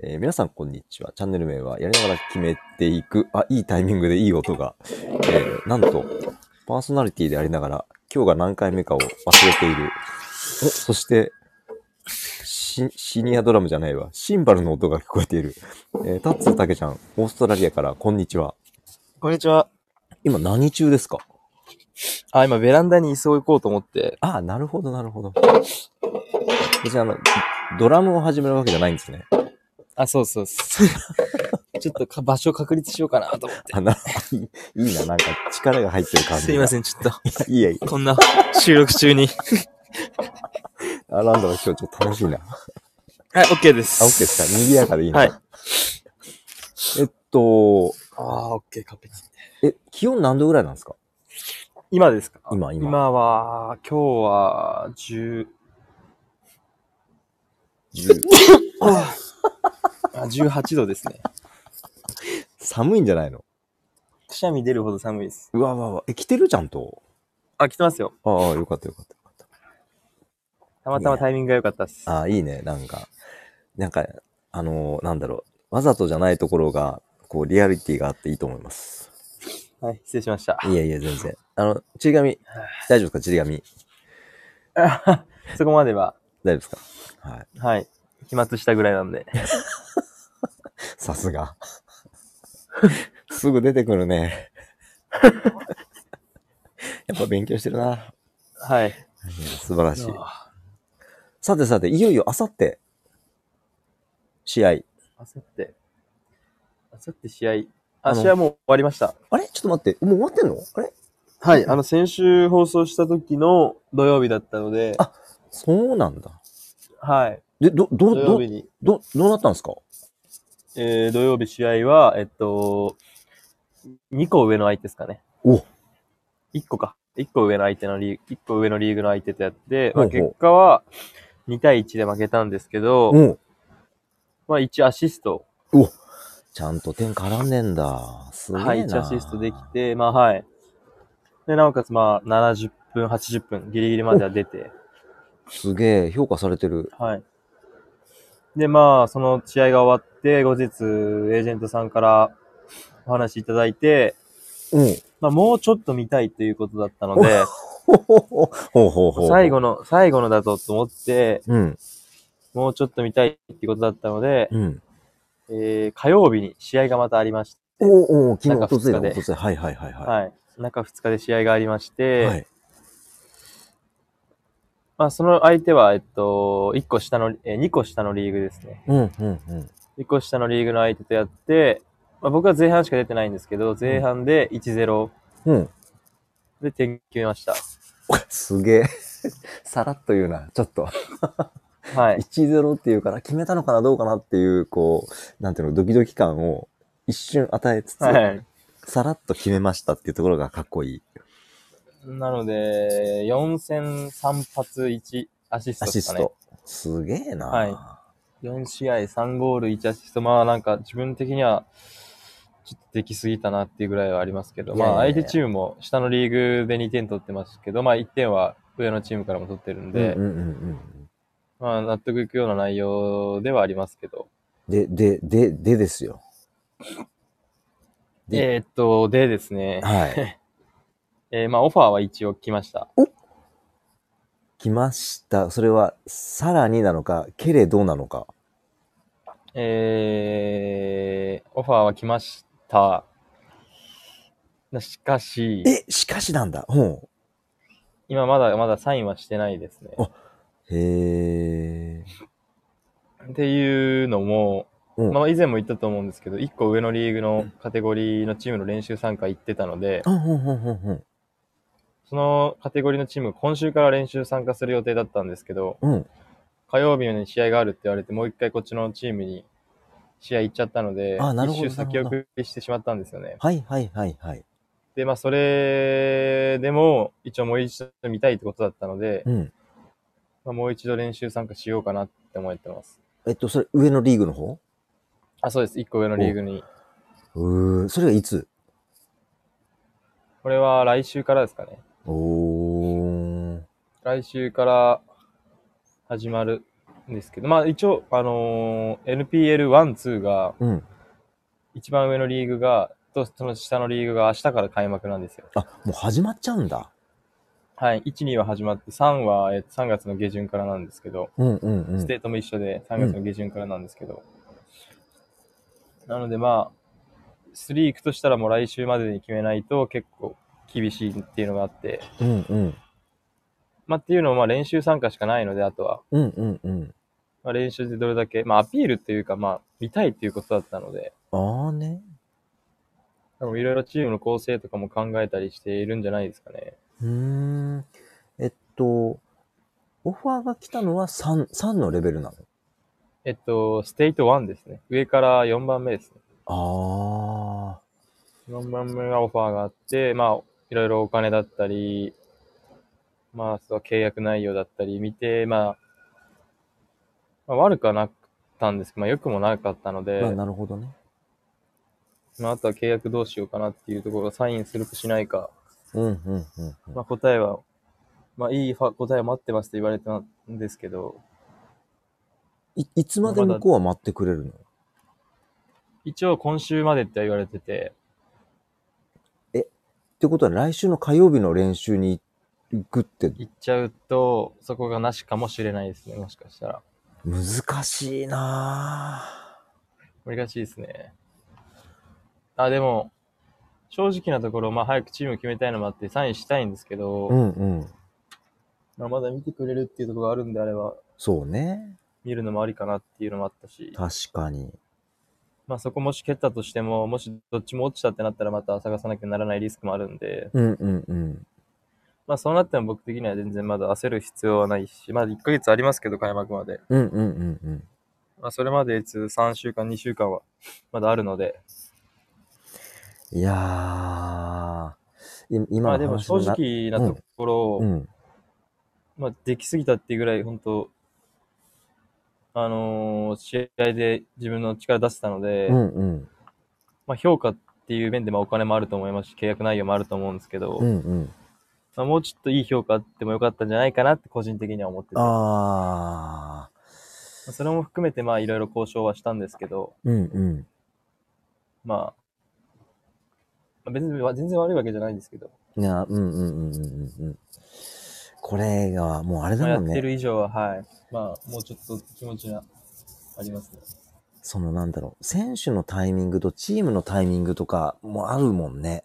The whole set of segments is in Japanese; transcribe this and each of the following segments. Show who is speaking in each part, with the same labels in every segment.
Speaker 1: えー皆さん、こんにちは。チャンネル名は、やりながら決めていく。あ、いいタイミングでいい音が。えーなんと、パーソナリティでありながら、今日が何回目かを忘れている。お、そして、シシニアドラムじゃないわ。シンバルの音が聞こえている。えータッツーたけちゃん、オーストラリアから、こんにちは。
Speaker 2: こんにちは。
Speaker 1: 今何中ですか
Speaker 2: あ、今ベランダに椅子を置こうと思って。
Speaker 1: ああ、なるほど、なるほど。別にあの、ドラムを始めるわけじゃないんですね。
Speaker 2: あ、そう そうそう。ちょっとか場所を確立しようかなと思っ
Speaker 1: あ、な、 いいいいな、なんか力が入ってる感
Speaker 2: て。
Speaker 1: じ。
Speaker 2: すいま
Speaker 1: ん。
Speaker 2: せん、ちょっと。
Speaker 1: いやい
Speaker 2: こんな収録中に。
Speaker 1: や、あなんだろう、今日ちょっと楽しいな。あ、
Speaker 2: はい、OK です。
Speaker 1: オッケーですか賑やかでいいな。
Speaker 2: はい。
Speaker 1: えっと、
Speaker 2: あー、OK、完璧。
Speaker 1: え、気温何度ぐらいなんですか
Speaker 2: 今ですか
Speaker 1: 今、今。
Speaker 2: 今は、今日は、10、
Speaker 1: 10
Speaker 2: あ18度ですね。
Speaker 1: 寒いんじゃないの
Speaker 2: くしゃみ出るほど寒いです。
Speaker 1: うわうわうわ。え、着てるちゃんと。
Speaker 2: あ、来てますよ。
Speaker 1: ああ、よかったよかったよかった。
Speaker 2: たまたまタイミングが良かったです。
Speaker 1: ああ、いいね。なんか、なんか、あのーなんだろう。わざとじゃないところが、こう、リアリティがあっていいと思います。
Speaker 2: はい、失礼しました。
Speaker 1: いやいや、全然。あの、ちり紙、大丈夫ですかちり紙。
Speaker 2: そこまでは、
Speaker 1: 大丈夫ですかはい。
Speaker 2: はい、飛沫したぐらいなんで。
Speaker 1: さすが。すぐ出てくる ね。やっぱ勉強してるな。
Speaker 2: はい。
Speaker 1: いや素晴らしい。
Speaker 2: あ
Speaker 1: さてさて、いよいよあさって、試合。
Speaker 2: さって、あさって試合、
Speaker 1: あ
Speaker 2: あ、
Speaker 1: の
Speaker 2: 試合もう終わりました。
Speaker 1: あれちょっと待って、もう終わってんのあれ
Speaker 2: はい、あの、先週放送した時の土曜日だったので、
Speaker 1: あそうなんだ。
Speaker 2: はい、
Speaker 1: で、ど、ど、
Speaker 2: 土曜
Speaker 1: ど、
Speaker 2: 日に、
Speaker 1: ど、どうなったんですか
Speaker 2: えー、土曜日試合は、えっと、2個上の相手ですかね。
Speaker 1: お
Speaker 2: 1個か。1個上の相手のリーグ、1個上のリーグの相手とやって、まあ、
Speaker 1: ほうほう
Speaker 2: 結果は2対1で負けたんですけど、
Speaker 1: おう
Speaker 2: まあ、1アシスト、
Speaker 1: ちゃんと点絡んでんだ。すごいな。
Speaker 2: はい、1アシストできて、まあ、はい。で、なおかつ、まあ、70分、80分、ギリギリまでは出て、
Speaker 1: すげえ、評価されてる。
Speaker 2: はい。で、まあ、その試合が終わって、後日、エージェントさんからお話いただいて、
Speaker 1: うん。
Speaker 2: まあ、もうちょっと見たいということだったので、
Speaker 1: ほほほほうほうほう。
Speaker 2: 最後の、最後のだぞと思って、
Speaker 1: うん、
Speaker 2: もうちょっと見たいっていうことだったので、
Speaker 1: うん。
Speaker 2: えー、火曜日に試合がまたありまして、
Speaker 1: おうおう、昨日、
Speaker 2: 中
Speaker 1: おとついだ、
Speaker 2: 二日
Speaker 1: お
Speaker 2: で
Speaker 1: とつい。はいはいはいは
Speaker 2: はい。中2日で試合がありまし
Speaker 1: い。
Speaker 2: て、
Speaker 1: はい。
Speaker 2: まあ、その相手は、えっと、1個下の、え2個下のリーグですね。
Speaker 1: うん、うん、うん。
Speaker 2: 1個下のリーグの相手とやって、まあ、僕は前半しか出てないんですけど、前半で1-0
Speaker 1: うん。
Speaker 2: で点決めました。
Speaker 1: すげえ。 さらっと言うな。ちょっと。
Speaker 2: はい。
Speaker 1: 1-0っていうから、決めたのかな、どうかなっていう、こう、なんていうの、ドキドキ感を一瞬与えつつ、
Speaker 2: はい。
Speaker 1: さらっと決めましたっていうところがかっこいい。
Speaker 2: なので、4戦3発1アシスト
Speaker 1: ア
Speaker 2: で
Speaker 1: シ
Speaker 2: す
Speaker 1: ス
Speaker 2: かね
Speaker 1: ト。。すげえな。
Speaker 2: はい4試合3ゴール1アシスト。まあなんか自分的には、ちょっとできすぎたなっていうぐらいはありますけど、
Speaker 1: いやいやいや
Speaker 2: まあ相手チームも下のリーグで2点取ってますけど、まあ1点は上のチームからも取ってるんで、
Speaker 1: うんうんうんうん。
Speaker 2: まあ納得いくような内容ではありますけど。
Speaker 1: で、で、で、でですよ。で
Speaker 2: えーっと、でです ね、
Speaker 1: はい。
Speaker 2: えーまあオファーは一応来ました。
Speaker 1: 来ました。それは、さらになのか、けれどなのか。
Speaker 2: えー、オファーは来ました。しかし、
Speaker 1: え、しかしなんだ。ほ
Speaker 2: 今まだまだサインはしてないですね。
Speaker 1: あう。へえ。
Speaker 2: っていうのも、
Speaker 1: うん
Speaker 2: まあ、以前も言ったと思うんですけど、1個上のリーグのカテゴリーのチームの練習参加行ってたので、
Speaker 1: あ、ほんほんほんほん。
Speaker 2: そのカテゴリーのチーム、今週から練習参加する予定だったんですけど、
Speaker 1: うん。
Speaker 2: 火曜日に試合があるって言われて、もう一回こっちのチームに試合行っちゃったので、
Speaker 1: あなるほど
Speaker 2: 一周先送りしてしまったんですよね。
Speaker 1: はいはいはいはい。
Speaker 2: で、まあ、それでも、一応もう一度見たいってことだったので、
Speaker 1: うん。
Speaker 2: まあ、もう一度練習参加しようかなって思ってます。
Speaker 1: えっと、それ、上のリーグの方
Speaker 2: あ、そうです。1個上のリーグに。
Speaker 1: うー、それはいつ
Speaker 2: これは来週からですかね。
Speaker 1: おー。
Speaker 2: 来週から始まるですけど、まあ一応、あのー NPL1、2が、
Speaker 1: うん。
Speaker 2: 一番上のリーグが、とその下のリーグが明日から開幕なんですよ。
Speaker 1: あ、もう始まっちゃうんだ。
Speaker 2: はい。1、2は始まって、3は、えー3月の下旬からなんですけど、
Speaker 1: うんうんう
Speaker 2: ステートも一緒で3月の下旬からなんですけど。なのでまあ、3行くとしたらもう来週までに決めないと結構厳しいっていうのがあって、
Speaker 1: うんうん。
Speaker 2: まあっていうのもまあ練習参加しかないので、あとは、
Speaker 1: うんうんうん。
Speaker 2: まあ、練習でどれだけ、まあアピールっていうかまあ見たいっていうことだったので、
Speaker 1: ああね。
Speaker 2: 多分いろいろチームの構成とかも考えたりしているんじゃないですかね。
Speaker 1: うーん。えっと、オファーが来たのは3、3のレベルな
Speaker 2: えっと、ステート1ですね。上から4番目ですね。
Speaker 1: のああ。
Speaker 2: 4番目がオファーがあって、まあ、いろいろお金だったり、まあ、その契約内容だったり見て、まあ、まあ、悪くはなかったんですけど、まあ、良くもなかったので、
Speaker 1: まあ、
Speaker 2: ま
Speaker 1: なるほどね。
Speaker 2: あ、あとは契約どうしようかなっていうところをサインするかしないか、
Speaker 1: うんうんうんうん。
Speaker 2: まあ、答えは、まあ、いいファ答えを待ってますと言われたんですけど、
Speaker 1: いいつまで向こうは待ってくれるの
Speaker 2: 一応今週までって言われてて、
Speaker 1: ってことは来週の火曜日の練習に行くって
Speaker 2: 行っちゃうと、そこがなしかもしれないですね、もしかしたら。
Speaker 1: 難しいな
Speaker 2: 難しいですね。あ、でも、正直なところ、まあ早くチーム決めたいのもあって、サインしたいんですけど、
Speaker 1: ぁうんうん。
Speaker 2: まあまだ見てくれるっていうところがあるんであれば、
Speaker 1: そうね。
Speaker 2: 見るのもありかなっていうのもあったし、
Speaker 1: 確かに。
Speaker 2: まあそこもし蹴ったとしても、もしどっちも落ちたってなったらまた探さなきゃならないリスクもあるんで、
Speaker 1: うんうんうん。
Speaker 2: まあそうなっても僕的には全然まだ焦る必要はないし、まあ1ヶ月ありますけど、開幕まで。
Speaker 1: うんうんうんうん。
Speaker 2: まあそれまで通3週間、2週間はまだあるので、
Speaker 1: いやー。い今
Speaker 2: ま
Speaker 1: の
Speaker 2: あでも
Speaker 1: 話
Speaker 2: 正
Speaker 1: のな
Speaker 2: 直なところ、
Speaker 1: うん。
Speaker 2: まあ、できすぎたっていうぐらい、本当あのー試合で自分の力出せたので、
Speaker 1: うんうん。
Speaker 2: まあ、評価っていう面でまあお金もあると思いますし、契約内容もあると思うんですけど、
Speaker 1: うんうん。
Speaker 2: まあ、もうちょっといい評価あってもよかったんじゃないかなって個人的には思ってて、ま
Speaker 1: あ
Speaker 2: あそれも含めてまあいろいろ交渉はしたんですけど、
Speaker 1: ー。うんうん。
Speaker 2: まあ、まあ別に全然悪いわけじゃないんですけど、
Speaker 1: いやー、うんうんうんうんうんうん。これが、もうあれ
Speaker 2: まあ、
Speaker 1: だも
Speaker 2: や
Speaker 1: ん
Speaker 2: って
Speaker 1: ね。
Speaker 2: る以上は、はい、まあもうちょっと気持ちがありますね。
Speaker 1: そのなんだろう。選手のタイミングとチームのタイミングとかもあるもんね。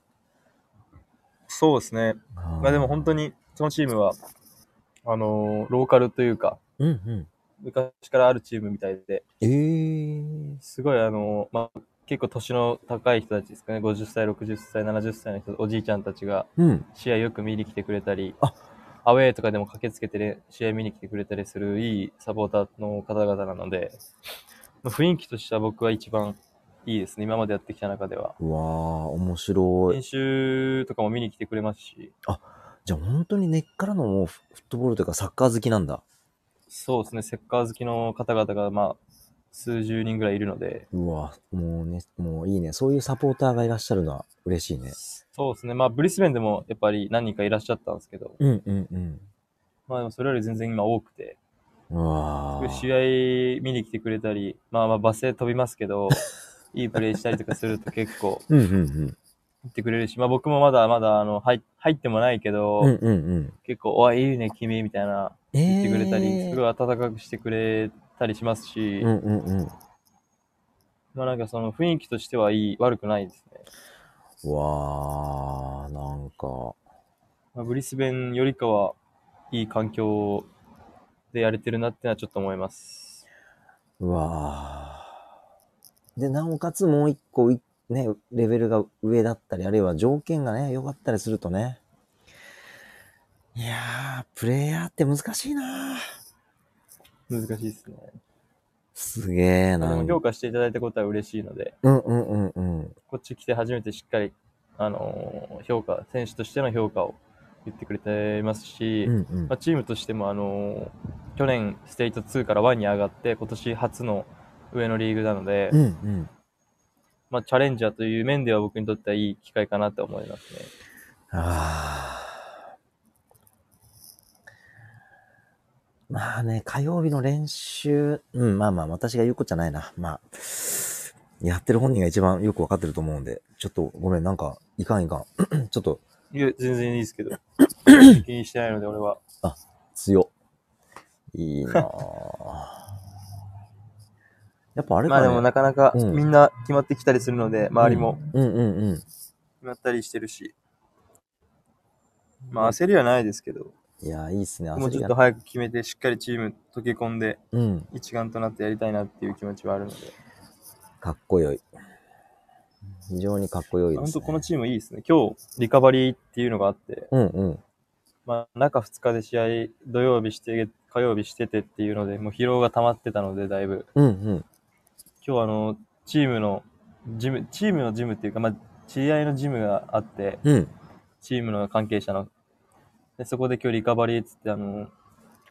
Speaker 2: そうですね。
Speaker 1: ま
Speaker 2: まあでも本当
Speaker 1: に。
Speaker 2: に、そのチームは、あのーローカルというか、
Speaker 1: うんうん。
Speaker 2: 昔からあるチームみたいで、
Speaker 1: ええ
Speaker 2: すごいあのーまあ、結構年の高い人たちですかね、50歳、60歳、70歳の人、おじいちゃんたちが
Speaker 1: うん。
Speaker 2: 試合よく見に来てくれたり、
Speaker 1: あ
Speaker 2: アウェーとかでも駆けつけてね、試合見に来てくれたりするいいサポーターの方々なので、まあ雰囲気としては僕は一番いいですね、今までやってきた中では。
Speaker 1: うわあ、面白い
Speaker 2: 練。習とかも見に来てくれますし、
Speaker 1: じゃあ本当に根っからのもうフフットボールというかサッカー好きなんだ。
Speaker 2: そうですね、セッカー好きの方々が、まあ、数十人ぐらいいるので、
Speaker 1: うわあ、もうね、もういいね。そういうサポーターがいらっしゃるのは嬉しいね。
Speaker 2: そうですね、まあ、ブリスベンでもやっぱり何人かいらっしゃったんですけど、
Speaker 1: うんうん
Speaker 2: まあ、でもそれより全然今多くて、
Speaker 1: うん。うわあ。
Speaker 2: 試合見に来てくれたり、まあまあ、バスで飛びます けど、いいプレーしたりとかすると結構
Speaker 1: うんうんうん。
Speaker 2: 言ってくれるし、まあ、僕もまだまだあの入入ってもないけど、
Speaker 1: うんうんうん。
Speaker 2: 結構、おい、いいね、君、みたいな
Speaker 1: え
Speaker 2: 言ってくれたり、すご
Speaker 1: い。
Speaker 2: い温かくしてくれたりしますし、
Speaker 1: うんうんうん。
Speaker 2: まあなんかその雰囲気としてはいい、悪くないですね。
Speaker 1: うわあ、なんか。
Speaker 2: まあ、ブリスベンよりかは、いい環境でやれてるなってのはちょっと思います。
Speaker 1: うわーで、なおかつもう一個い、ね、レベルが上だったり、あるいは条件がね、良かったりするとね。いやー、プレイヤーって難しいなー
Speaker 2: 難しいですね。
Speaker 1: すげえ
Speaker 2: まあ
Speaker 1: な
Speaker 2: で
Speaker 1: ー
Speaker 2: も評価していただいたことは嬉しいので、
Speaker 1: うんうんうんうん。
Speaker 2: こっち来て初めてしっかり、あのー評価、選手としての評価を言ってくれてますし、
Speaker 1: うんうん
Speaker 2: まあ、チームとしても、あのー去年ステート2から1に上がって、今年初の上のリーグなので、
Speaker 1: うんうん。
Speaker 2: まあ、チャレンジャーという面では僕にとってはいい機会かなと思いますね。
Speaker 1: あまあね、火曜日の練習、うん、まあまあ、私が言うことじゃないな。まあ、やってる本人が一番よくわかってると思うんで、ちょっとごめん、なんか、いかんい かん。ちょっと、
Speaker 2: いや、全然いいです けど。気にしてないので、俺は。
Speaker 1: 強。いいなぁやっぱあれ
Speaker 2: まあ
Speaker 1: か、ね、
Speaker 2: でもなかなか
Speaker 1: うん
Speaker 2: みんな決まってきたりするので、周りも
Speaker 1: うんうんうん。
Speaker 2: 決まったりしてるし。まあ焦りはないですけど、
Speaker 1: いやー、いいっすね、
Speaker 2: もうちょっと
Speaker 1: が
Speaker 2: 早く決めて、しっかりチーム溶け込んで、
Speaker 1: うん、
Speaker 2: 一丸となってやりたいなっていう気持ちはあるので。
Speaker 1: かっこよい。非常にかっこよいで
Speaker 2: 本
Speaker 1: す、
Speaker 2: 当
Speaker 1: ね。
Speaker 2: このチームいいですね。今日、リカバリーっていうのがあって、
Speaker 1: うんうん。
Speaker 2: まあ、中2日で試合、土曜日して、火曜日しててっていうので、もう疲労が溜まってたので、だいぶ。
Speaker 1: うんうん。
Speaker 2: 今日あの、チームの、ジム、チームのジムっていうか、まあ、知り合いのジムがあって、
Speaker 1: うん。
Speaker 2: チームの関係者の。でそこで今日リカバリーっつって、あの、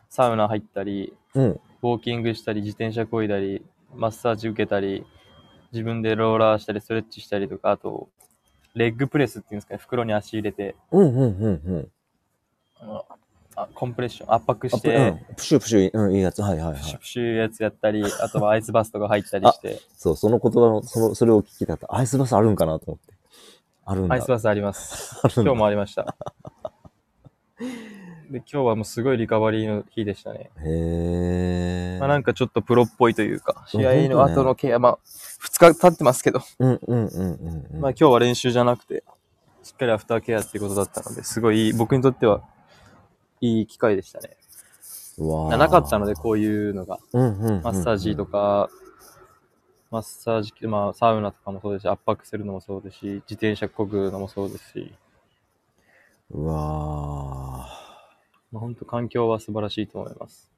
Speaker 2: サウナ入ったり、
Speaker 1: うん。
Speaker 2: ウォーキングしたり、自転車こいだり、マッサージ受けたり、自分でローラーしたり、ストレッチしたりとか、あと、レッグプレスっていうんですかね、袋に足入れて、
Speaker 1: うんうんうんうん。
Speaker 2: あのあコンプレッション、圧迫
Speaker 1: あ
Speaker 2: し
Speaker 1: ぷう
Speaker 2: て、
Speaker 1: ん、プシュプシュ、うん、いいやつ。はいはいは
Speaker 2: プシュ
Speaker 1: い。
Speaker 2: プシュやつやったり、あ とはアイスバスとか入ったりして、
Speaker 1: そう、その言葉の、その、それを聞きたかった。アイスバスあるんかなと思って。あるんだ。
Speaker 2: アイスバスあります。
Speaker 1: あるんだ
Speaker 2: 今日もありました。で今日はもうすごいリカバリーの日でしたね。
Speaker 1: へー。
Speaker 2: まあ、なんかちょっとプロっぽいというか、
Speaker 1: うん
Speaker 2: 試合の
Speaker 1: 本当ね
Speaker 2: 後のケア、まあ、2日経ってますけど、
Speaker 1: うんうんうんうんうん。
Speaker 2: まあ今日は練習じゃなくて、しっかりアフターケアっていうことだったので、すごいいい僕にとっては、いい機会でしたね。
Speaker 1: うわー
Speaker 2: なかったので、こういうのが、
Speaker 1: うんうんうんうん
Speaker 2: マッサージと。か、マッサージ、まあ、サウナとかもそうですし、圧迫するのもそうですし、自転車こぐのもそうですし、
Speaker 1: うわー。
Speaker 2: まあ、本当環境は素晴らしいと思います。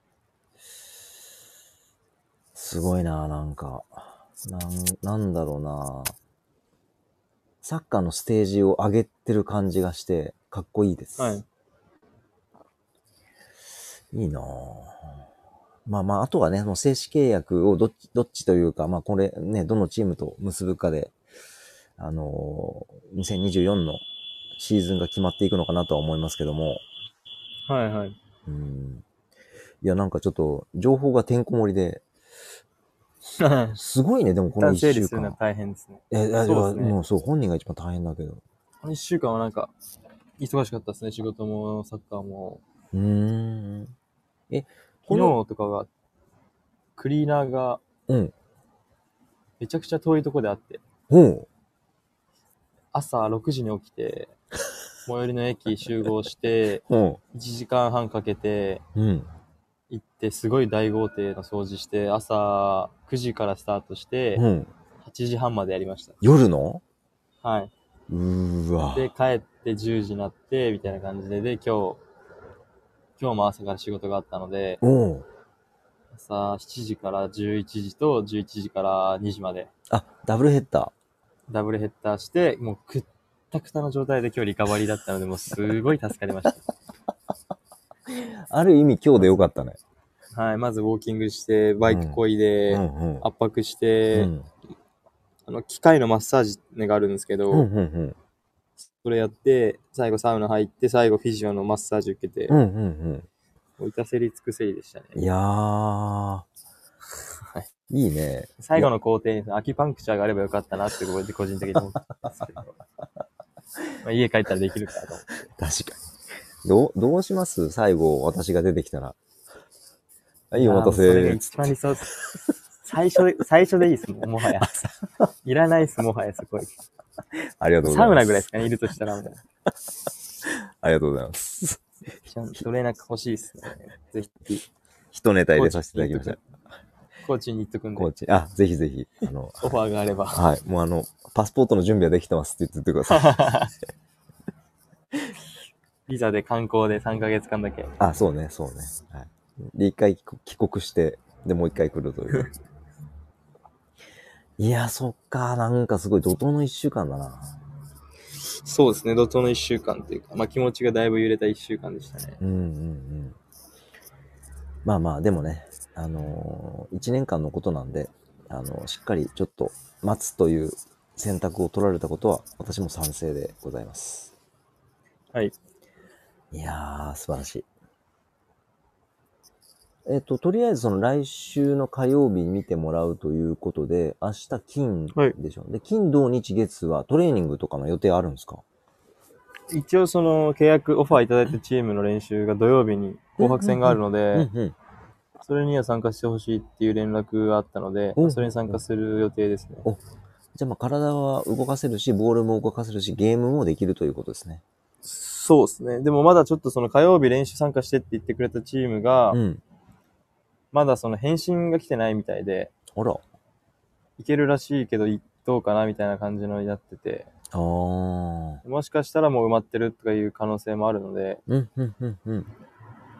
Speaker 1: すごいな、なんか。なん、なんだろうな。サッカーのステージを上げてる感じがして、かっこいいです。
Speaker 2: はい。
Speaker 1: いいなぁまあまあ、あとはね、もう正式契約をどっち、どっちというか、まあこれね、どのチームと結ぶかで、あのー2024のシーズンが決まっていくのかなとは思いますけども、
Speaker 2: はい はい。
Speaker 1: うん。いや、なんかちょっと、情報がてんこ盛りで、 すごいね、でもこの
Speaker 2: 断
Speaker 1: 一
Speaker 2: 整理
Speaker 1: 週
Speaker 2: するのは
Speaker 1: 間。
Speaker 2: 大変ですね。
Speaker 1: え、いやいや
Speaker 2: そうですね
Speaker 1: もうそう、本人が一番大変だけど。
Speaker 2: この1週間はなんか、忙しかったですね。仕事もサッカーも。
Speaker 1: うーん。え、こ
Speaker 2: 昨
Speaker 1: の、
Speaker 2: 日とかが、クリーナーが
Speaker 1: うん。
Speaker 2: めちゃくちゃ遠いとこであって、
Speaker 1: ほう。
Speaker 2: 朝6時に起きて、 最寄りの駅集合して、
Speaker 1: ほ
Speaker 2: 1時間半かけて
Speaker 1: う。うん。
Speaker 2: 行って、すごい大豪邸の掃除して、朝9時からスタートして、
Speaker 1: うん。
Speaker 2: 8時半までやりました。
Speaker 1: 夜の
Speaker 2: はい。
Speaker 1: うーわ。
Speaker 2: で、帰って10時になって、みたいな感じで、で、今日、今日も朝から仕事があったので、
Speaker 1: おう。
Speaker 2: 朝7時から11時と11時から2時まで、
Speaker 1: あ、ダブルヘッダー。
Speaker 2: ダブルヘッダーして、もうくったくたの状態で今日リカバリーだったので、もうすごい助かりまし
Speaker 1: ある意味今日でよかったね。
Speaker 2: た。はい、まずウォーキングして、バイクこいで、
Speaker 1: うんうん。
Speaker 2: 圧迫し
Speaker 1: う
Speaker 2: て、
Speaker 1: ん
Speaker 2: あの、機械のマッサージがあるんですけど、
Speaker 1: うんうん
Speaker 2: それやって、最後サウナ入って、最後フィジオのマッサージ受けて、
Speaker 1: うん。うんうん
Speaker 2: もういたせり尽くせりでしたね。
Speaker 1: うん。いやー。いいね。
Speaker 2: 最後の工程にアキパンクチャーがあればよかったなってことで個人的に思ってますけど。 まあ家帰ったらできるかと思って。
Speaker 1: 確かに。どう、どうします最後、私が出てきたら。はい、お待た
Speaker 2: あーそれが
Speaker 1: せ。
Speaker 2: 一番理想です。最初で、最初でいいですもん、もはや。いらないです、もはや、そこに。
Speaker 1: ありがとうござ
Speaker 2: サ
Speaker 1: います。
Speaker 2: ウナぐらいですかね、いるとしたらもう。
Speaker 1: ありがとうございます。
Speaker 2: それなんか欲しいですね。ぜひ。
Speaker 1: 一ネタ入れさせていただきました。
Speaker 2: コーチに言っとくんで、
Speaker 1: コー
Speaker 2: オ
Speaker 1: チ。あ、ぜひぜひ。あの、
Speaker 2: ファーがあれば。
Speaker 1: はい。もうあの、パスポートの準備はできてますって言ってください。
Speaker 2: ビザで観光で3ヶ月間だけ。
Speaker 1: あ、そうね、そうね。はい。で、一回帰国帰国して、で、もう一回来るという。いや、そっか、なんかすごい怒涛の一週間だな。
Speaker 2: そうですね、怒涛の1週間というか、まあ気持ちがだいぶ揺れた1週間でしたね。
Speaker 1: うんうんうん。まあまあ、でもね、あのー一年間のことなんで、あのーしっかりちょっと待つという選択を取られたことは、私も賛成でございます。
Speaker 2: はい。
Speaker 1: いやー、素晴らしい。えっと、とりあえずその来週の火曜日に見てもらうということで、明日金
Speaker 3: はい
Speaker 1: でしょ。で、金、土、日、月はトレーニングとかの予定あるんですか
Speaker 2: 一応その契約、オファーいただいたチームの練習が土曜日に紅白戦があるの
Speaker 1: う
Speaker 2: で、
Speaker 1: ん。
Speaker 2: それには参加してほしいっていう連絡があったので
Speaker 1: う、ん
Speaker 2: それに参加する予定ですね。
Speaker 1: じゃあまあ体は動かせるし、ボールも動かせるし、ゲームもできるということですね。
Speaker 2: そうですね。でもまだちょっとその火曜日練習参加してって言ってくれたチームが
Speaker 1: う、ん。
Speaker 2: まだその返信が来てないみたいで、
Speaker 1: あら。
Speaker 2: いけるらしいけど、いどうかなみたいな感じのになってて、
Speaker 1: ああ。うん、
Speaker 2: もしかしたらもう埋まってるとかいう可能性もあるので、
Speaker 1: うん、うん、うん。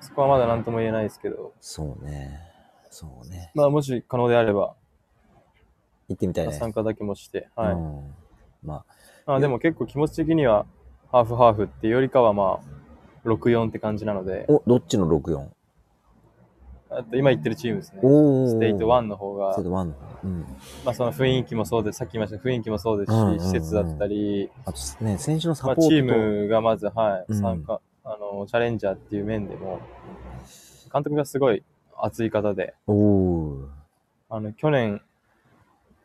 Speaker 2: そこはまだ何とも言えないですけど、
Speaker 1: そうね。そうね。
Speaker 2: まあもし可能であれば、
Speaker 1: 行ってみたいね。
Speaker 2: 参加だけもして、はい。
Speaker 1: うん。まあ、
Speaker 2: まあでも結構気持ち的にはハーフハーフっていうよりかはまあ64って感じなので、
Speaker 1: お、どっちの 64?
Speaker 2: あと今言ってるチームですね。
Speaker 1: おー。
Speaker 2: ステイト1。の方
Speaker 1: ステ
Speaker 2: が
Speaker 1: ー、ト1の。うん。
Speaker 2: まあその雰囲気もそうです、さっき言いました雰囲気もそうですし、
Speaker 1: うんうんうん
Speaker 2: 施設だったり、
Speaker 1: あとね、選手のサ
Speaker 2: ま
Speaker 1: ポー
Speaker 2: あ
Speaker 1: トと、
Speaker 2: チームがまず、はい、
Speaker 1: うん
Speaker 2: 参加、あの、チャレンジャーっていう面でも、監督がすごい熱い方で、
Speaker 1: おー。
Speaker 2: あの、去年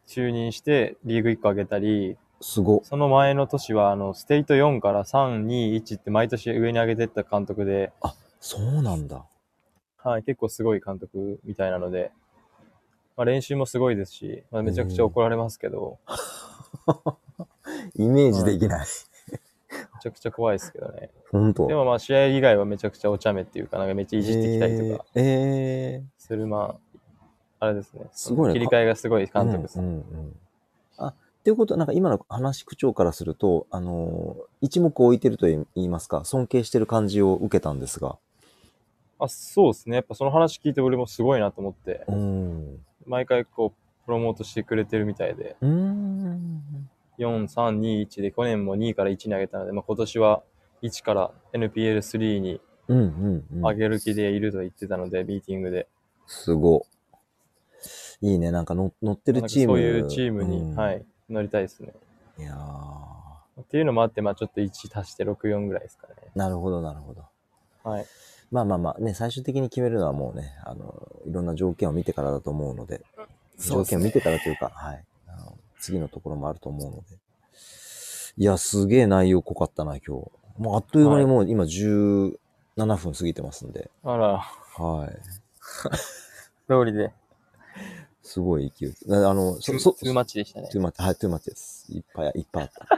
Speaker 2: 就任してリーグ1個上げたり、
Speaker 1: すごっ。
Speaker 2: その前の年はあの、ステイト4から3、2、1って毎年上に上げてった監督で、
Speaker 1: そうなんだ。
Speaker 2: はい、結構すごい監督みたいなので、まあ、練習もすごいですし、まあ、めちゃくちゃ怒られますけど、
Speaker 1: イメージできない。
Speaker 2: めちゃくちゃ怖いですけどね。
Speaker 1: ほんと。
Speaker 2: でもまあ試合以外はめちゃくちゃお茶目っていうか、なんかめっちゃいじってきたりとか
Speaker 1: えーえ
Speaker 2: する、まあ、あれですね。
Speaker 1: すごいね
Speaker 2: 切り替えがすごい
Speaker 1: ー
Speaker 2: 監督です
Speaker 1: う
Speaker 2: ね。
Speaker 1: んうんうんあ、っていうことは、なんか今の話口調からすると、あのー一目置いてると言いますか、尊敬してる感じを受けたんですが。
Speaker 2: あ、そうですね。やっぱその話聞いて俺もすごいなと思って、
Speaker 1: うん。
Speaker 2: 毎回こう、プロモートしてくれてるみたいで、
Speaker 1: うーん。
Speaker 2: 4、3、2、1で去年も2から1に上げたので、まあ、今年は1から NPL3 に
Speaker 1: うんうん、う
Speaker 2: 上
Speaker 1: ん。
Speaker 2: げる気でいると言ってたので、ミーティングで。
Speaker 1: すごい。いいね。なんかの乗ってるチーム。
Speaker 2: そういうチームに、
Speaker 1: うん
Speaker 2: は。い、乗りたいですね。
Speaker 1: いやー
Speaker 2: っていうのもあって、まあ、ちょっと1足して64ぐらいですかね。
Speaker 1: なるほど、なるほど。
Speaker 2: はい。
Speaker 1: まあまあまあね、最終的に決めるのはもうね、あの、いろんな条件を見てからだと思うので、条件を見てからというか、はい。あの次のところもあると思うので。いや、すげえ内容濃かったな、今日。もうあっという間にもう今17分過ぎてますんで、
Speaker 2: あら、
Speaker 1: はい。
Speaker 2: 通りで、
Speaker 1: すごい勢い。なあの、
Speaker 2: ツ
Speaker 1: そ、そ、
Speaker 2: ーマッチでしたね
Speaker 1: ト。ゥーマッチ、はい、トゥーマッチです。いっぱい、いっぱいあった。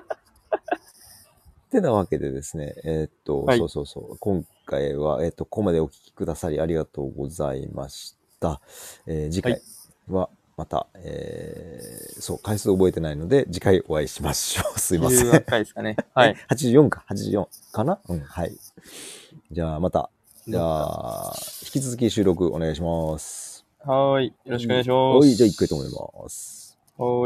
Speaker 1: ってなわけでですね、えーっと、
Speaker 2: はい
Speaker 1: そうそうそう、今回は、えーっと、ここまでお聞きくださりありがとうございました。えー次回は、また、えーそう、回数覚えてないので、次回お会いしましょう。 すいません。
Speaker 2: 18回ですかね。はい。
Speaker 1: 84か、84かなうん、はい。じゃあ、また、じゃあ、引き続き収録お願いします。
Speaker 2: はーい。よろしくお願いしま
Speaker 1: は
Speaker 2: す。
Speaker 1: い、じゃあ、一回と思います。
Speaker 2: はーい。